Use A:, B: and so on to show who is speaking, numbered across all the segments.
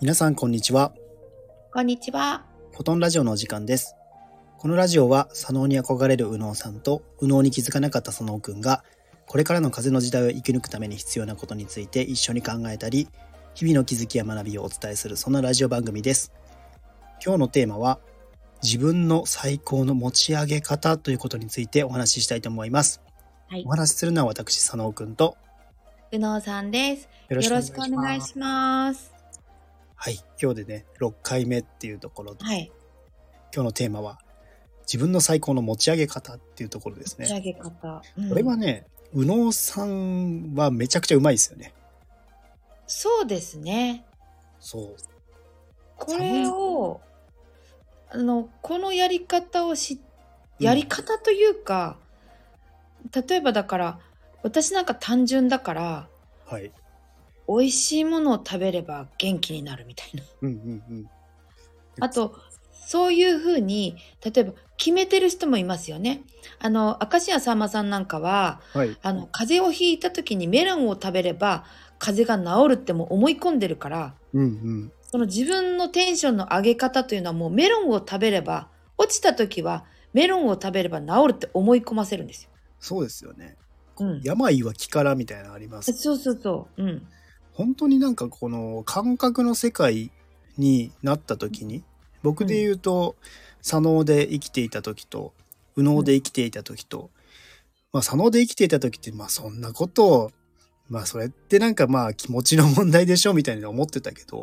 A: 皆さんこんにちは。
B: こんにちは。
A: フォトンラジオのお時間です。このラジオは左脳に憧れる右脳さんと右脳に気づかなかった左脳くんがこれからの風の時代を生き抜くために必要なことについて一緒に考えたり日々の気づきや学びをお伝えするそんなラジオ番組です。今日のテーマは自分の最高の持ち上げ方ということについてお話ししたいと思います。
B: はい
A: お話しするのは私佐野くんと
B: うのうさんです。
A: よ
B: よろ
A: ろ
B: し
A: し
B: く
A: く
B: お
A: お
B: 願
A: 願
B: い
A: い
B: し
A: します。
B: ます。
A: はい、今日でね6回目っていうところで
B: はい。
A: 今日のテーマは自分の最高の持ち上げ方っていうところです
B: 仕上
A: ね。
B: げ方。
A: これはね、右脳さんはめちゃくちゃうまいですよね。
B: うんそうですね。
A: そう。
B: これを、あの、このやり方をし、やり方というか、例えばだから、私なんか単純だから、
A: はい。
B: 美味しいものを食べれば元気になるみたいな。
A: うんうん
B: あと、そういうふうに、例えば決めてる人もいますよね。あの、明石家さんまさんなんかは、
A: うん。はい。
B: あの風邪をひいた時にメロンを食べれば風邪が治るってもう思い込んでるから
A: うんうん。
B: その自分のテンションの上げ方というのはもうメロンを食べれば落ちた時はメロンを食べれば治るって思い込ませるんですよ。
A: そうですよね。
B: うん、
A: 病は気からみたいなのあります。
B: そうそうそう。うん、
A: 本当になんかこの感覚の世界になった時に、僕で言うと、左脳で生きていた時と、右脳で生きていた時と、まあ左脳で生きていた時って、まあそんなことを、まあそれってなんかまあ気持ちの問題でしょみたいな思ってたけど、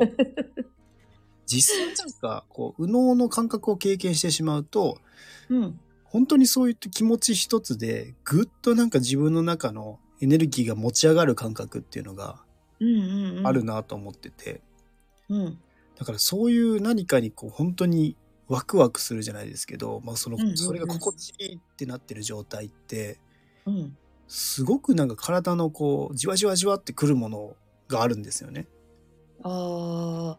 A: 実際なんかこう、右脳の感覚を経験してしまうと、
B: うん、
A: 本当にそういった気持ち一つで、ぐっとなんか自分の中のエネルギーが持ち上がる感覚っていうのが
B: うん、うんうん
A: ある。なと思ってて、
B: うん、
A: だからそういう何かにこう本当にワクワクするじゃないですけど、まあ、その
B: うんうんうん
A: それが心地いいってなってる状態って
B: うん、
A: すごくなんか体のこうじわじわじわってくるものがあるんですよね。
B: ああ、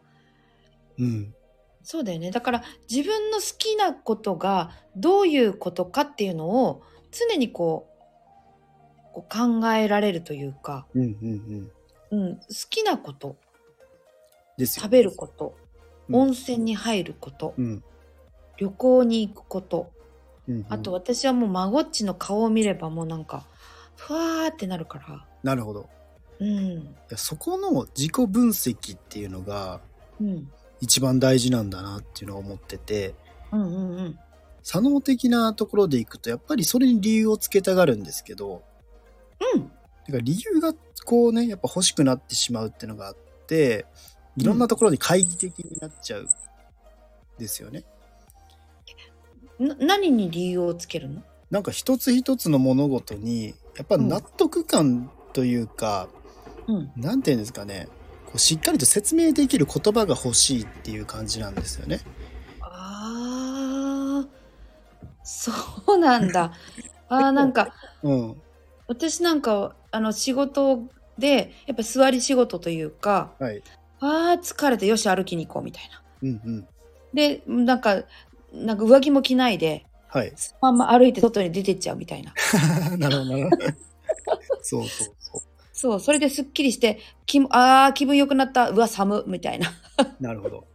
A: うん、
B: そうだよね。だから自分の好きなことがどういうことかっていうのを常にこうこう考えられるというか。
A: うん、うんうん
B: うん、好きなこと
A: ですよ
B: 食べること、
A: うん
B: 温泉に入ること、
A: うん
B: 旅行に行くこと
A: うんうん
B: あと私はもう孫っちの顔を見ればもうなんかふわーってなるから
A: なるほどい
B: うん
A: やそこの自己分析っていうのが
B: うん
A: 一番大事なんだなっていうのを思ってて
B: うんうんうん
A: 左脳的なところでいくとやっぱりそれに理由をつけたがるんですけど
B: う
A: だ
B: ん
A: から理由がこうねやっぱ欲しくなってしまうっていうのがあっていろんなところに懐疑的になっちゃうんですよね。
B: な何に理由をつけるの
A: なんか一つ一つの物事にやっぱ納得感というか、
B: うん
A: なんていうんですかねこうしっかりと説明できる言葉が欲しいっていう感じなんですよね。
B: あーそうなん だあーなんか
A: うん、
B: 私なんかあの仕事でやっぱ座り仕事というか
A: はい、
B: あー疲れてよし歩きに行こうみたいな
A: うんうん、
B: で、なんか、なんか上着も着ないで、
A: はい。
B: そのまんま歩いて外に出てっちゃうみたいな。
A: なるほどなるほど。 そうそうそ
B: そう、それですっきりして、気もあー、気分良くなった、うわ、寒、みたいな。
A: うなるほど。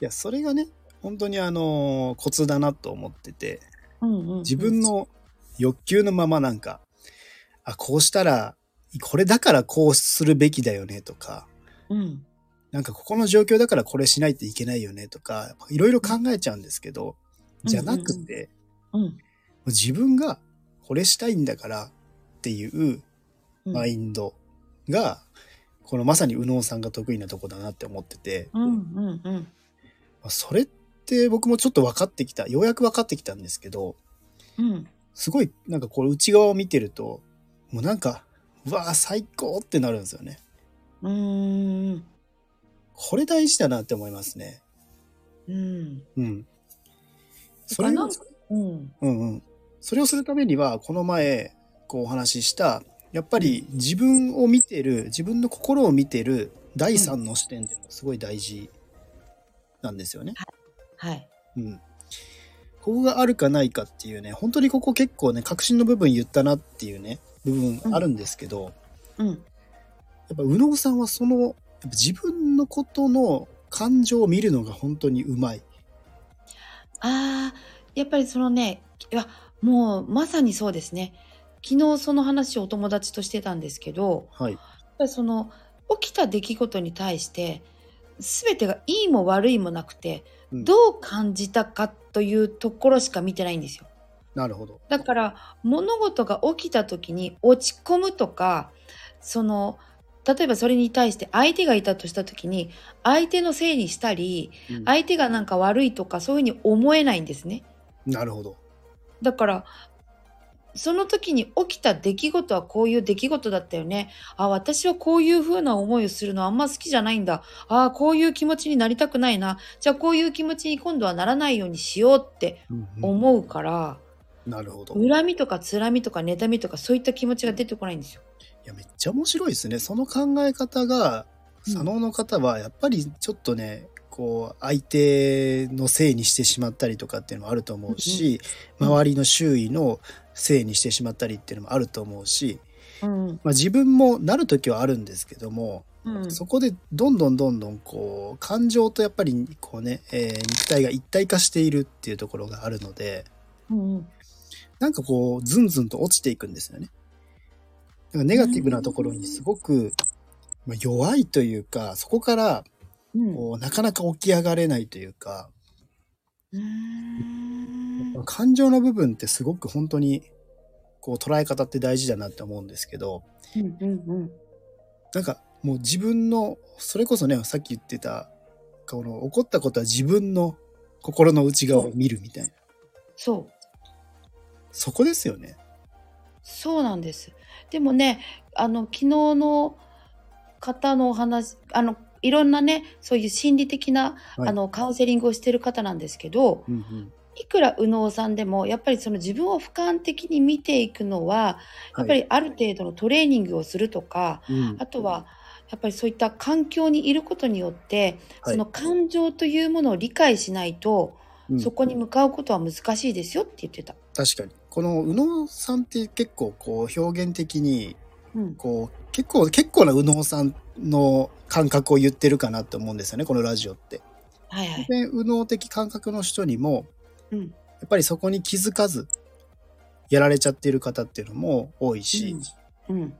A: いやそれがね本当にあのーコツだなと思ってて。
B: うんうん、
A: 自分、の欲求のままなんか、あ、こうしたら、これだからこうするべきだよねとか、
B: うん、
A: なんかここの状況だからこれしないといけないよねとか、いろいろ考えちゃうんですけど、じゃなく
B: うん
A: て、
B: うん、
A: 自分がこれしたいんだからっていう
B: うん。
A: マインドが、このまさに右脳さんが得意なとこだなって思ってて、
B: うんうんうん。
A: まあそれって僕もちょっと分かってきた、ようやく分かってきたんですけど、
B: うん、
A: すごいなんかこれ内側を見てるともうなんかうわあ最高ってなるんですよね
B: うーん、
A: これ大事だなって思いますね
B: うん。
A: うんそ
B: だから
A: れ
B: な
A: を
B: んかうん、
A: うんうんそれをするためにはこの前こうお話ししたやっぱり自分を見てる自分の心を見てる第三の視点っていうのがすごい大事なんですよね
B: はい。
A: うんここがあるかないかっていうね本当にここ結構ね確信の部分言ったなっていうね部分あるんですけど、
B: うん、
A: やっぱ右脳さんはそのぱ自分のことの感情を見るのが本当にうまい。
B: ああ、やっぱりそのね、いや、もうまさにそうですね。昨日その話をお友達としてたんですけど、
A: はい。
B: やっぱりその起きた出来事に対して、全てがいいも悪いもなくて、
A: うん
B: どう感じたかというところしか見てないんですよ。
A: なるほど。
B: だから物事が起きた時に落ち込むとかその例えばそれに対して相手がいたとした時に相手のせいにしたり
A: うん
B: 相手がなんか悪いとかそういうふうに思えないんですね。
A: なるほど。
B: だからその時に起きた出来事はこういう出来事だったよね。あ、私はこういうふうな思いをするのあんま好きじゃないんだ。あ、こういう気持ちになりたくないな。じゃあこういう気持ちに今度はならないようにしようって
A: うんうん
B: 思うから。
A: なるほど。い
B: 恨みとかつらみとか妬みとかそういった気持ちが出てこないんですよ。
A: や、めっちゃ面白いですね。その考え方が、
B: うん
A: 左脳の方はやっぱりちょっとね、こう、相手のせいにしてしまったりとかっていうのもあると思うし、
B: うん
A: 周りの周囲のせいにしてしまったりっていうのもあると思うし、
B: うん、
A: まあ、自分もなる時はあるんですけども、
B: うん、
A: そこでどんどんどんどんこう感情とやっぱりこうね、えー肉体が一体化しているっていうところがあるので
B: うんうん、
A: なんかこうズンズンと落ちていくんですよね。なんかネガティブなところにすごく、まあ、弱いというかそこから
B: うん、
A: こうなかなか起き上がれないというか
B: うーん
A: 感情の部分ってすごく本当にこう捉え方って大事だなって思うんですけど。
B: うんうん
A: なんかもう自分のそれこそねさっき言ってたこの怒ったことは自分の心の内側を見るみたいな
B: そう、
A: そこですよね
B: そうなんです。でもね、あの昨日の方のお話、あのいろんなね、そういう心理的な、
A: はい
B: あのカウンセリングをしてる方なんですけど、
A: うんうん
B: いくら右脳さんでもやっぱりその自分を俯瞰的に見ていくのは、やっぱりある程度のトレーニングをするとか、
A: うん
B: あとはやっぱりそういった環境にいることによって、
A: はい
B: その感情というものを理解しないと、
A: うん
B: そこに向かうことは難しいですよって言ってた。
A: 確かにこの右脳さんって結構こう表現的に
B: うん、
A: こう結構結構な右脳さんの感覚を言ってるかなって思うんですよねこのラジオって。
B: はいはい。
A: で右脳的感覚の人にも
B: うん、
A: やっぱりそこに気づかずやられちゃってる方っていうのも多いし、
B: うん、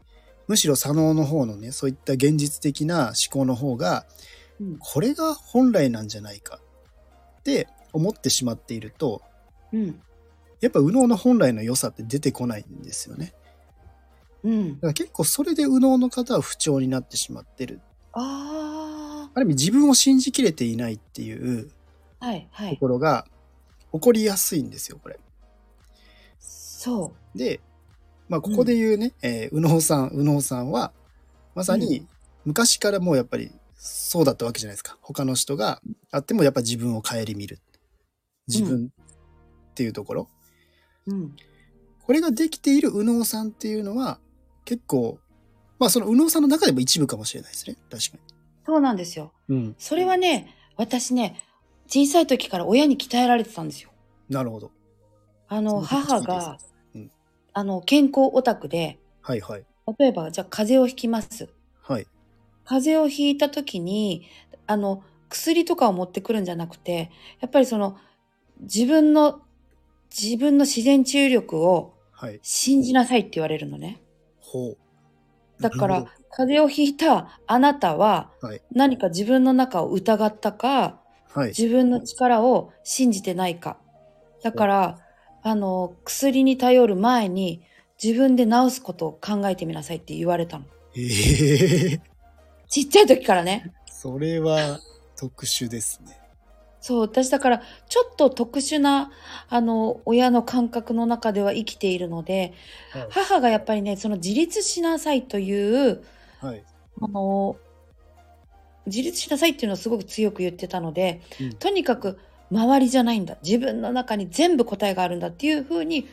A: むしろ左脳の方のねそういった現実的な思考の方が
B: うん、
A: これが本来なんじゃないかって思ってしまっていると
B: うん、
A: やっぱ右脳の本来の良さって出てこないんですよね
B: うん
A: だか。ら結構それで右脳の方は不調になってしまってる
B: あ
A: ある意味自分を信じきれていないっていう
B: あ、はいは
A: と
B: い。
A: ころが起こりやすいんですよこれ
B: そ
A: でまあここで言うね、えー右脳さん右脳さんはまさに昔からもうやっぱりそうだったわけじゃないですか他の人があってもやっぱ自分を顧みる自分っていうところ、
B: う。うん、
A: これができている右脳さんっていうのは結構まあその右脳さんの中でも一部かもしれないですね確か
B: そうなんですよ。
A: に、うん、
B: それはね、私ね、小さい時から親に鍛えられてたんですよ。
A: なるほど
B: あ
A: そ
B: の
A: うです
B: 母が、
A: うん
B: あの健康オタクで、
A: はいはい
B: 例えばじゃあ風邪をひきます。
A: はい
B: 風邪をひいた時にあの薬とかを持ってくるんじゃなくてやっぱりその自分の自分の自然治癒力を
A: はい
B: 信じなさいって言われるのね
A: ほう
B: だか
A: なる
B: ら風邪をひいたあなたは
A: はい
B: 何か自分の中を疑ったか
A: ほどはい
B: 自分の力を信じてないかだからあの薬に頼る前に自分で治すことを考えてみなさいって言われたの
A: ええ
B: ちっちゃい時からね
A: それは特殊ですね
B: そう、私だからちょっと特殊な、あの、親の感覚の中では生きているので、母がやっぱりね、その自立しなさいという、
A: はい
B: あの、自立しなさいっていうのをすごく強く言ってたので、
A: うん
B: とにかく周りじゃないんだ。自分の中に全部答えがあるんだっていうふうに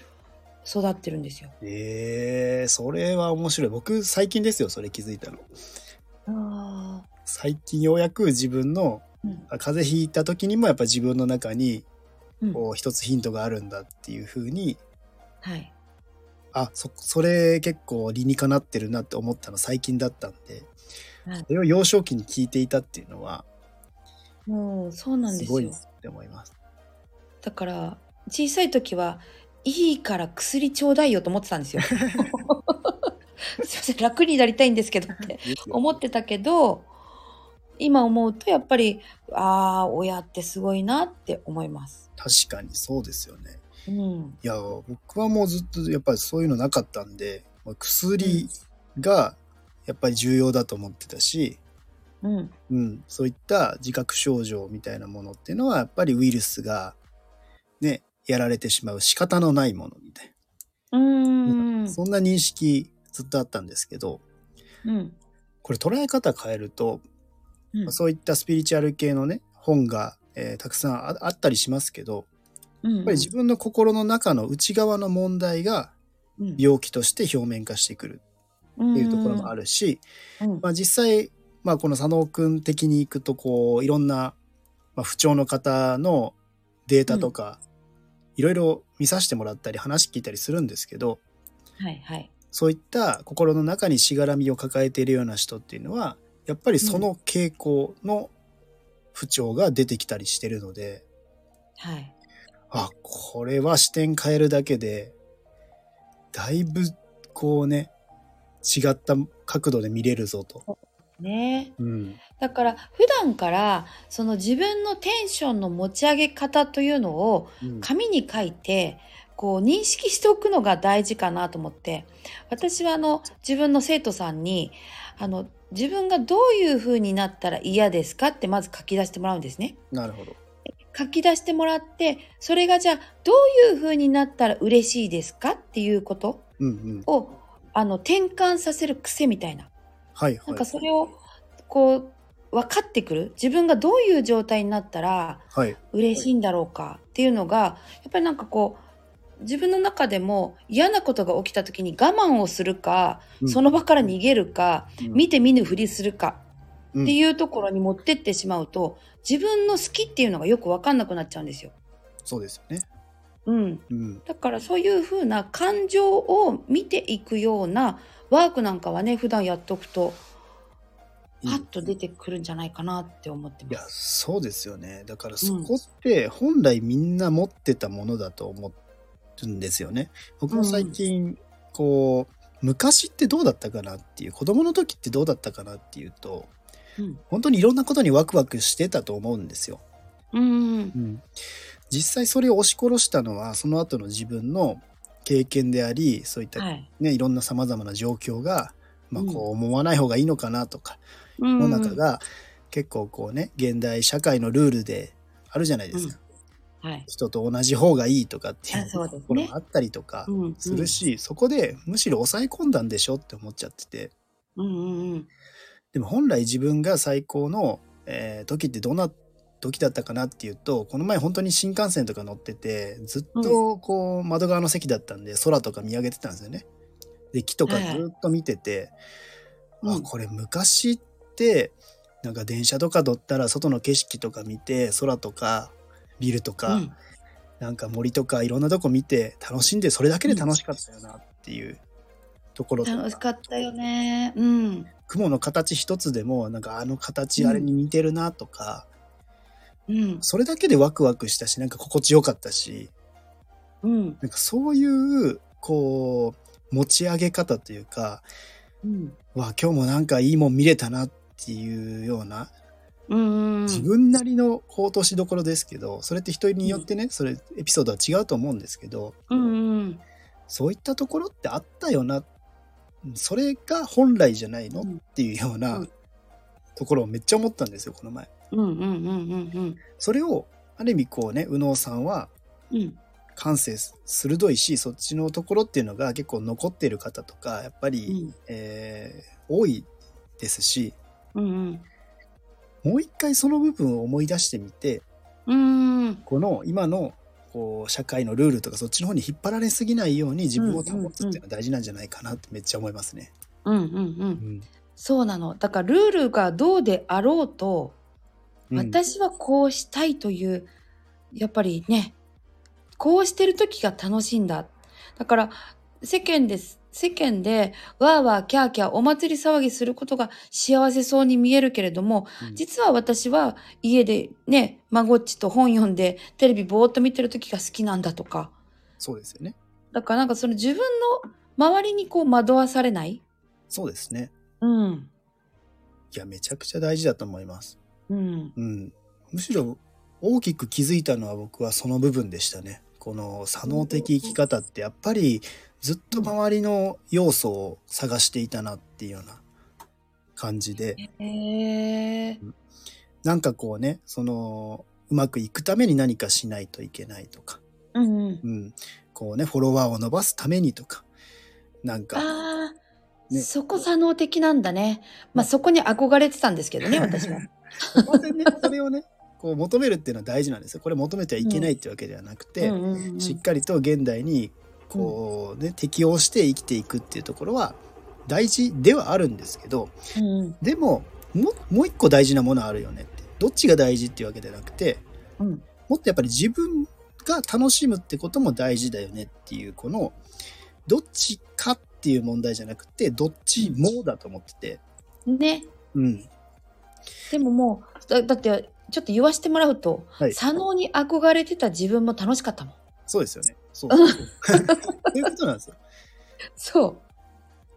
B: 育ってるんですよ。
A: ええそれは面白い僕最近ですよそれ気づいたの
B: ああ。
A: 最近ようやく自分の
B: うん。
A: あ風邪ひいた時にもやっぱ自分の中に
B: うん
A: こう一つヒントがあるんだっていうふうに
B: はい。
A: あそそれ結構理にかなってるなって思ったの最近だったんで
B: はい
A: それを幼少期に聞いていたっていうのは
B: もうそうなんですす
A: ごい
B: よ
A: なって思います。
B: だから小さい時はいいから薬ちょうだいよと思ってたんです よすいません楽になりたいんですけどって思ってたけど今思うとやっぱりああ親ってすごいなって思います
A: 確かにそうですよね。
B: うん
A: いや僕はもうずっとやっぱりそういうのなかったんでまあ薬がやっぱり重要だと思ってたし、
B: うん
A: うん、そういった自覚症状みたいなものっていうのはやっぱりウイルスがねやられてしまう仕方のないものみたいな。
B: うーん
A: そんな認識ずっとあったんですけど
B: うん
A: これ捉え方変えると、
B: うん
A: まあそういったスピリチュアル系のね本が、えーたくさんああったりしますけどやっぱり自分の心の中の内側の問題が
B: 分
A: 病気として表面化してくるっていうところもあ
B: る、
A: るし、
B: うん
A: まあ、実際、まあ、この佐野くん的にいくとこういろんな、まあ、不調の方のデータとか、いろいろ見させてもらったり話聞いたりするんですけど
B: はいはい
A: そういった心の中にしがらみを抱えているような人っていうのはやっぱりその傾向の不調が出てきたりしてるので、
B: はい
A: あこれは視点変えるだけでだいぶこうね違った角度で見れるぞと。
B: ね
A: うん
B: だから普段からその自分のテンションの持ち上げ方というのを
A: うん
B: 紙に書いてこう認識しておくのが大事かなと思って私はあの自分の生徒さんにあの自分がどういう風になったら嫌ですかってまず書き出してもらうんですね。
A: なるほど。
B: 書き出してもらってそれがじゃあどういう風になったら嬉しいですかっていうこと
A: うんうん。
B: をあの転換させる癖みたいな
A: はいはい。
B: なんかそれをこう分かってくる自分がどういう状態になったら
A: はい。
B: 嬉しいんだろうかっていうのがやっぱりなんかこう自分の中でも嫌なことが起きた時に我慢をするか、その場から逃げるか、見て見ぬふりするか
A: て
B: って
A: うん。
B: いうところに持ってってしまうと自分の好きっていうのがよく分かんなくなっちゃうんですよ。
A: そうですよね。
B: うん、
A: うん。
B: だからそういうふうな感情を見ていくようなワークなんかはね普段やっとくとパッと出てくるんじゃないかなって思って
A: い
B: ま
A: や、
B: す。
A: そうですよね。だからそこって本来みんな持ってたものだと思るんですよね。僕も最近、こう、昔ってどうだったかなっていう、子供の時ってどうだったかなっていうと、
B: うん
A: 本当にいろんなことにワクワクしてたと思うんですよ。
B: うん
A: 実際それを押し殺したのは、その後の自分の経験であり、そういった
B: はい
A: ね、いろんなさまざまな状況が、まあ、
B: うん
A: こう思わない方がいいのかなとか、
B: うん
A: 世の中が結構こうね現代社会のルールであるじゃないですか、
B: はい
A: 人と同じ方がいいとかってい
B: あ
A: う
B: そう
A: と
B: ですね
A: ころもあったりとか
B: うん
A: するし、そこでむしろ抑え込んだんでしょって思っちゃってて
B: うんうんうん
A: でも本来自分が最高の、えー時ってどんな時だったかなっていうとこの前本当に新幹線とか乗っててずっとこう窓側の席だったんで空とか見上げてたんですよね。で木とかずっと見てて、
B: はい
A: あ
B: うん
A: これ昔ってなんか電車とか乗ったら外の景色とか見て空とかビルとか、
B: うん
A: なんか森とかいろんなとこ見て楽しんでそれだけで楽しかったよなっていうところとか
B: 楽しかったよね。うん。
A: 雲の形一つでもなんかあの形
B: うん
A: あれに似てるなとか、
B: うん。
A: それだけでワクワクしたしなんか心地よかったし
B: うん。
A: なんかそういうこう持ち上げ方というか
B: うん。
A: わあ今日もなんかいいもん見れたなっていうような
B: うん。
A: 自分なりのこう落としどころですけどそれって人によってね、それエピソードは違うと思うんですけど
B: うん。
A: そういったところってあったよなそれが本来じゃないの、
B: うん
A: っていうような
B: うん
A: ところをめっちゃ思ったんですよこの前。
B: うん。うん。うん。うん。
A: それをある意味こうね右脳さんは
B: うん。
A: 感性鋭いしそっちのところっていうのが結構残っている方とかやっぱり、えー多いですし
B: うん。
A: もう一回その部分を思い出してみて
B: うん。
A: この今のこう社会のルールとかそっちの方に引っ張られすぎないように自分を保つっていうのは大事なんじゃないかなってめっちゃ思いますね。
B: うん。うん。そうなの。だからルールがどうであろうと、
A: うん
B: 私はこうしたいという、やっぱりね、こうしてる時が楽しいんだ。だから世間です世間でわーわーキャーキャーお祭り騒ぎすることが幸せそうに見えるけれども、
A: うん
B: 実は私は家でね、孫っちと本読んでテレビぼーっと見てる時が好きなんだとか。
A: そうですよね。
B: だからなんかその自分の周りにこう惑わされない。
A: そうですね。
B: うん。
A: いや、めちゃくちゃ大事だと思います。
B: うん。
A: うん。むしろ大きく気づいたのは僕はその部分でしたね。この左脳的生き方ってやっぱりずっと周りの要素を探していたなっていうような感じで、
B: へえ。
A: なんかこうね、その、うまくいくために何かしないといけないとか、
B: うんうん。
A: うん。こうね、フォロワーを伸ばすためにとか、なんか、
B: ああ、
A: ね
B: そこ左脳的なんだね。まあそこに憧れてたんですけ どね、私は。
A: 当然ね、それをね、こう求めるっていうのは大事なんですよ。これ求めてはいけないってわけではなくて、
B: うんうんうん
A: しっかりと現代にこう、ね、適応して生きていくっていうところは大事ではあるんですけど
B: うん
A: でもももう一個大事なものあるよねってどっちが大事っていうわけじゃなくて
B: うん
A: もっとやっぱり自分が楽しむってことも大事だよねっていうこのどっちかっていう問題じゃなくてどっちもだと思ってて、
B: うん。ね。
A: うん、
B: でももう、だだって、ちょっと言わしてもらうと、
A: はい
B: 左脳に憧れてた自分も楽しかったもん。
A: そうですよね そうそうそう そういうことなんですよ
B: そ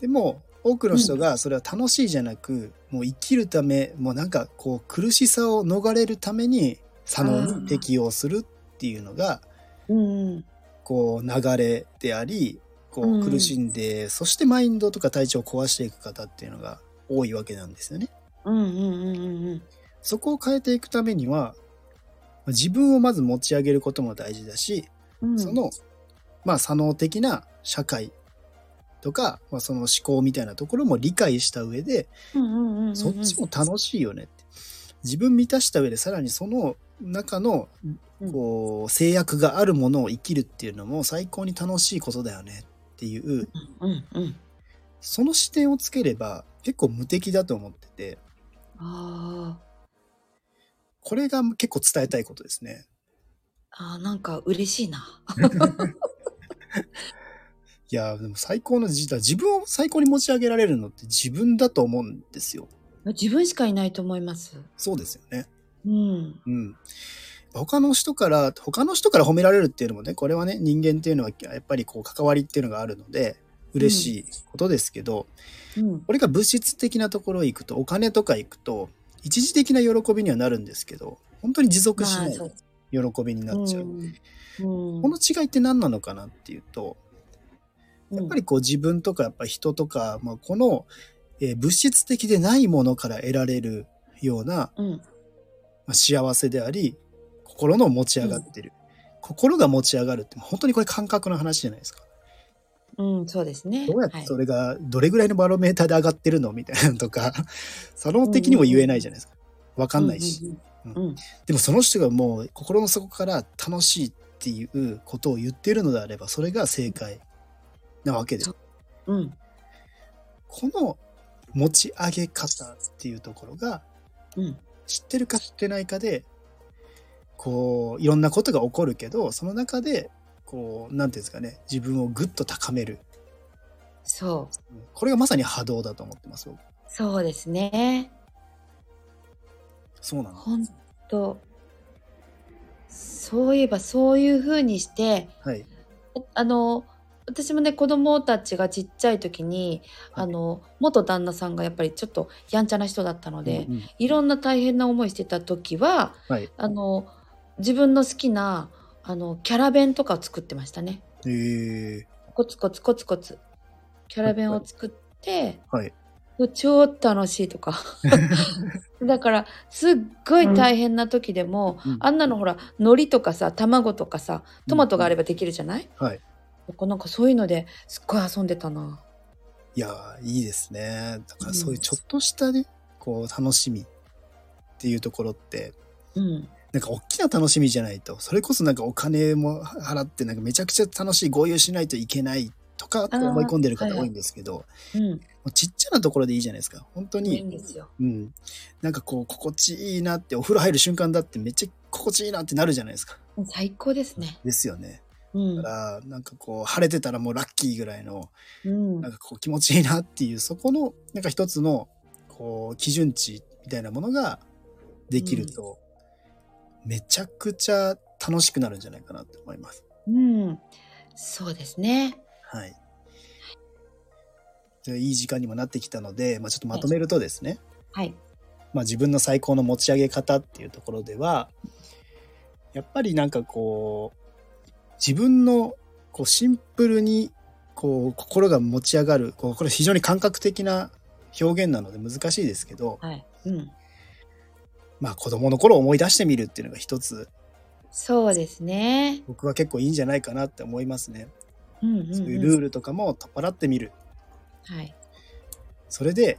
A: でも多くの人がそれは楽しいじゃなく、もう生きるためもうなんかこう苦しさを逃れるために左脳に適応するっていうのが
B: う。うん。
A: こう流れでありこ
B: う
A: うん苦しんで、そしてマインドとか体調を壊していく方っていうのが多いわけなんですよね。
B: うんうんうんうんうん。
A: そこを変えていくためには自分をまず持ち上げることも大事だし、
B: うん、
A: そのまあ左脳的な社会とか、まあ、その思考みたいなところも理解した上で
B: うんうんうんうんうん、
A: そっちも楽しいよねって。自分満たした上でさらにその中の
B: うん
A: こう制約があるものを生きるっていうのも最高に楽しいことだよねっていう
B: うんうん、
A: その視点をつければ結構無敵だと思ってて
B: あー
A: これが結構伝えたいことですね。
B: あーなんか嬉しいな。
A: いやーでも最高の自だ自分を最高に持ち上げられるのって自分だと思うんですよ。
B: 自分しかいないと思います。
A: そうですよね。
B: うん。
A: うん。他の人から他の人から褒められるっていうのもねこれはね人間っていうのはやっぱりこう関わりっていうのがあるので嬉しいことですけど、
B: うん。
A: これが物質的なところへ行くとお金とか行くと一時的な喜びにはなるんですけど本当に持続しない
B: そう
A: 喜びになっちゃう、
B: うん。うん
A: この違いって何なのかなっていうとやっぱり
B: うん
A: こう自分とかやっぱ人とか、まあ、この、えー物質的でないものから得られるような、
B: うん
A: まあ、幸せであり心の持ち上がってる、心が持ち上がるって本当にこれ感覚の話じゃないですか
B: うん、そうですね。
A: どうやって
B: はい
A: それがどれぐらいのバロメーターで上がってるのみたいなのとか、 サロン的にも言えないじゃないですか。わかんないし。。
B: うんうんうんうん
A: でもその人がもう心の底から楽しいっていうことを言ってるのであれば、それが正解なわけです
B: そ。うん。
A: この持ち上げ方っていうところが、
B: うん。
A: 知ってるか知ってないかで、こう、いろんなことが起こるけど、その中で、こう、なんていうんですかね、自分をぐっと高める。
B: そう。
A: これがまさに波動だと思ってます。僕
B: そうですね。
A: そうなの。
B: ほんと。そういえばそういうふうにして、
A: はい。
B: あの、私もね、子供たちがちっちゃい時に、
A: はい
B: あの、元旦那さんがやっぱりちょっとやんちゃな人だったので、
A: うんうん
B: いろんな大変な思いしてた時は、
A: はい
B: あの自分の好きなあのキャラ弁とかを作ってましたね
A: ええ
B: コツコツコツコツキャラ弁を作って、
A: はい
B: 超楽しい とかだからすっごい大変な時でも、
A: うん
B: あんなのほら海苔とかさ卵とかさトマトがあればできるじゃない、
A: はい。
B: なんかそういうのですっごい遊んでたない
A: やー、いいですね。だか
B: う
A: ら
B: ん
A: そういうちょっとしたね、こう、楽しみっていうところって、
B: うん
A: なんか大きな楽しみじゃないと、それこそなんかお金も払って、なんかめちゃくちゃ楽しい合流しないといけないとかって思い込んでる
B: あ
A: 方
B: ーはいは
A: 多
B: い
A: いんですけど、も
B: うん
A: うちっちゃなところでいいじゃないですか。本当
B: いい
A: に、
B: んですよ
A: うん。なんかこう、心地いいなって、お風呂入る瞬間だってめっちゃ心地いいなってなるじゃないですか。
B: 最高ですね
A: ですよね。
B: う
A: だか
B: ん
A: ら、なんかこう、晴れてたらもうラッキーぐらいの、
B: うん
A: なんかこう気持ちいいなっていう、そこの、なんか一つの、こう、基準値みたいなものができると、めちゃくちゃ楽しくなるんじゃないかなって思います。
B: うんそうですね
A: はい。じゃあいい時間にもなってきたので、まあ、ちょっとまとめるとですね、
B: はい
A: まあ、自分の最高の持ち上げ方っていうところではやっぱりなんかこう自分のこうシンプルにこう心が持ち上がるこうこれ非常に感覚的な表現なので難しいですけど、
B: はいうん
A: まあ、子供の頃を思い出してみるっていうのが一つ
B: そうですね
A: 僕は結構いいんじゃないかなって思いますね。
B: うんうん
A: そういう
B: う
A: ルー
B: ん
A: ルとかも取っ払ってみる
B: はい
A: それで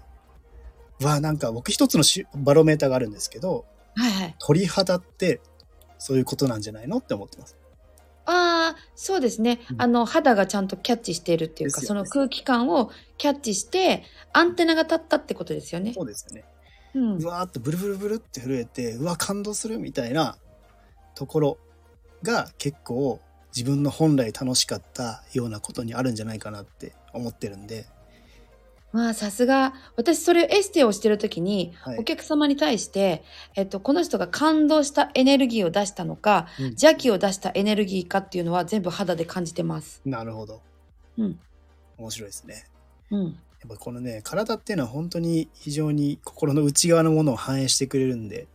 A: うわなんか僕一つのしバロメーターがあるんですけど
B: はいはい
A: 鳥肌ってそういうことなんじゃないのって思ってます。
B: ああそうですね、
A: うん
B: あの肌がちゃんとキャッチしているっていうか、
A: です
B: そ
A: よね
B: の空気感をキャッチしてアンテナが立ったってことですよね
A: そ。うですよね
B: うん
A: う、わーっとブルブルブルって震えてうわ感動するみたいなところが結構自分の本来楽しかったようなことにあるんじゃないかなって思ってるんで、
B: まあさすが私それエステをしてる時に、
A: はい
B: お客様に対して、えっと、この人が感動したエネルギーを出したのか
A: うん
B: 邪気を出したエネルギーかっていうのは全部肌で感じてます。
A: なるほど
B: うん
A: 面白いですね
B: うん、
A: やっぱこのね体っていうのは本当に非常に心の内側のものを反映してくれるんで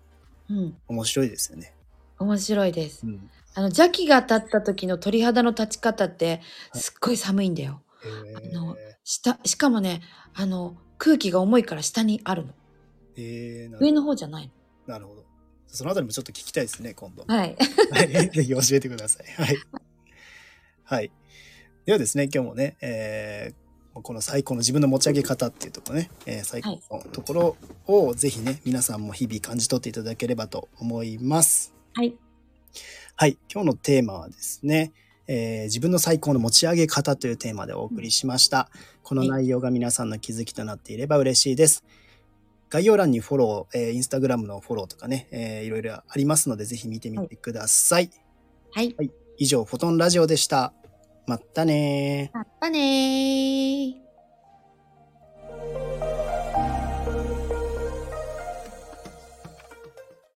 B: うん、
A: 面白いですよね、
B: 面白いです
A: う。ん
B: あの邪気が立った時の鳥肌の立ち方って
A: はい
B: すっごい寒いんだよ。
A: へー
B: あの下しかもねあの空気が重いから下にあるの
A: えーなる
B: 上の方じゃない
A: なるほどそのあたりもちょっと聞きたいですね今度
B: のはい
A: はい、ぜひ教えてください。はい。はい。ではですね、今日もね、えーこの最高の自分の持ち上げ方っていうところね、えー最高のところをぜひね、皆さんも日々感じ取っていただければと思います。
B: はい
A: はい。今日のテーマはですね、えー自分の最高の持ち上げ方というテーマでお送りしました。この内容が皆さんの気づきとなっていれば嬉しいです。概要欄にフォロー、えー、インスタグラムのフォローとかね、えーいろいろありますので、ぜひ見てみてください。
B: はい
A: 以上、フォトンラジオでした。まったねー。
B: またねー